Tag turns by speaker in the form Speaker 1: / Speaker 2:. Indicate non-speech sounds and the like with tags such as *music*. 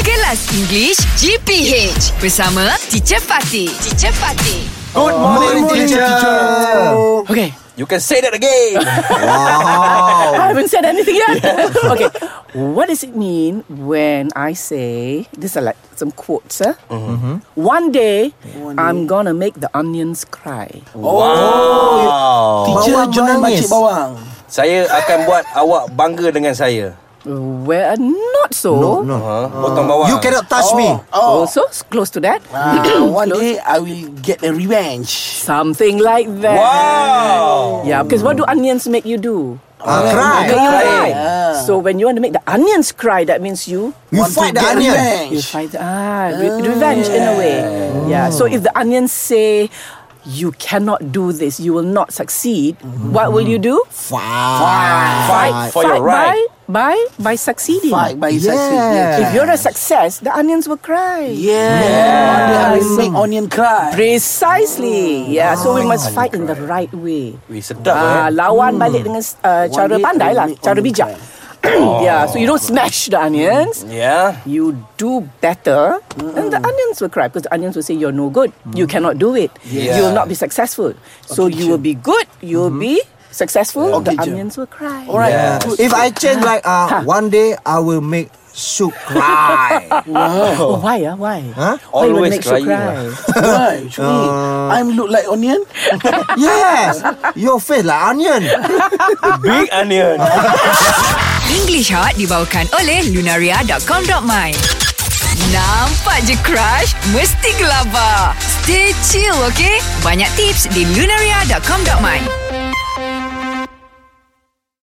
Speaker 1: Kelas English GPH bersama Teacher Fatih. Teacher Fatih.
Speaker 2: Good morning,
Speaker 3: morning,
Speaker 2: teacher.
Speaker 3: teacher.
Speaker 4: Okay,
Speaker 2: You can say that again.
Speaker 3: *laughs* Oh.
Speaker 4: I haven't said anything yet. okay, what does it mean when I say this? Are like some quotes, huh?
Speaker 3: Mm-hmm.
Speaker 4: One day, I'm gonna make the onions cry.
Speaker 2: wow.
Speaker 3: Teacher jangan
Speaker 5: Bawang, bawang,
Speaker 3: nangis.
Speaker 5: makcik bawang.
Speaker 2: Saya akan buat awak bangga dengan saya.
Speaker 4: Well, not so.
Speaker 3: No.
Speaker 2: Ha? Potong bawang.
Speaker 3: You cannot touch me.
Speaker 5: Oh.
Speaker 4: Also s- close to that.
Speaker 3: *coughs*
Speaker 5: Ah, one day I will get a revenge.
Speaker 4: Something like that.
Speaker 2: Wow.
Speaker 4: Yeah, because what do onions make you do?
Speaker 3: Ah, cry.
Speaker 4: Make you cry.
Speaker 5: Yeah.
Speaker 4: So when you want to make the onions cry, that means you
Speaker 3: You
Speaker 5: Want to
Speaker 3: fight the
Speaker 5: get
Speaker 3: onion.
Speaker 5: revenge.
Speaker 4: You fight ah, re- revenge in a way. Yeah. So if the onions say you cannot do this, you will not succeed. What will you do?
Speaker 3: Fight.
Speaker 2: Fight for your
Speaker 4: by,
Speaker 2: right.
Speaker 4: by by succeeding.
Speaker 5: Fight by
Speaker 3: Yeah.
Speaker 5: success.
Speaker 4: If you're a success, the onions will cry.
Speaker 5: Yeah. One day I will make onion cry.
Speaker 4: Precisely. Yeah. So we must fight in the right way.
Speaker 2: Wih, sedap eh.
Speaker 4: Ah, lawan balik dengan uh, cara
Speaker 5: day
Speaker 4: pandai
Speaker 5: I
Speaker 4: lah,
Speaker 5: will make
Speaker 4: cara
Speaker 5: onion
Speaker 4: bijak. *coughs* yeah. So you don't smash the onions.
Speaker 3: lah.
Speaker 2: Yeah.
Speaker 4: you do better, and the onions will cry because the onions will say you're no good, you cannot do it,
Speaker 2: Yeah.
Speaker 4: you will not be successful. So you will be good, you will be successful.
Speaker 5: Okay,
Speaker 4: the
Speaker 5: Jom.
Speaker 4: onions will cry.
Speaker 5: All right.
Speaker 2: Yeah.
Speaker 5: Good.
Speaker 3: If I change like uh, one day I will make soup cry.
Speaker 4: Oh, why? Ah, why?
Speaker 3: Huh?
Speaker 4: Why you
Speaker 2: Always
Speaker 4: make you
Speaker 2: crying
Speaker 4: cry?
Speaker 5: Why? Should
Speaker 3: *laughs*
Speaker 5: we?
Speaker 3: Uh.
Speaker 5: I'm look like onion.
Speaker 3: yes, your face like onion.
Speaker 2: Big onion.
Speaker 3: *laughs*
Speaker 1: English Hot dibawakan oleh lunaria.com.my. Nampak je crush? Mesti gelabah. Stay chill, okay? Banyak tips di lunaria.com.my.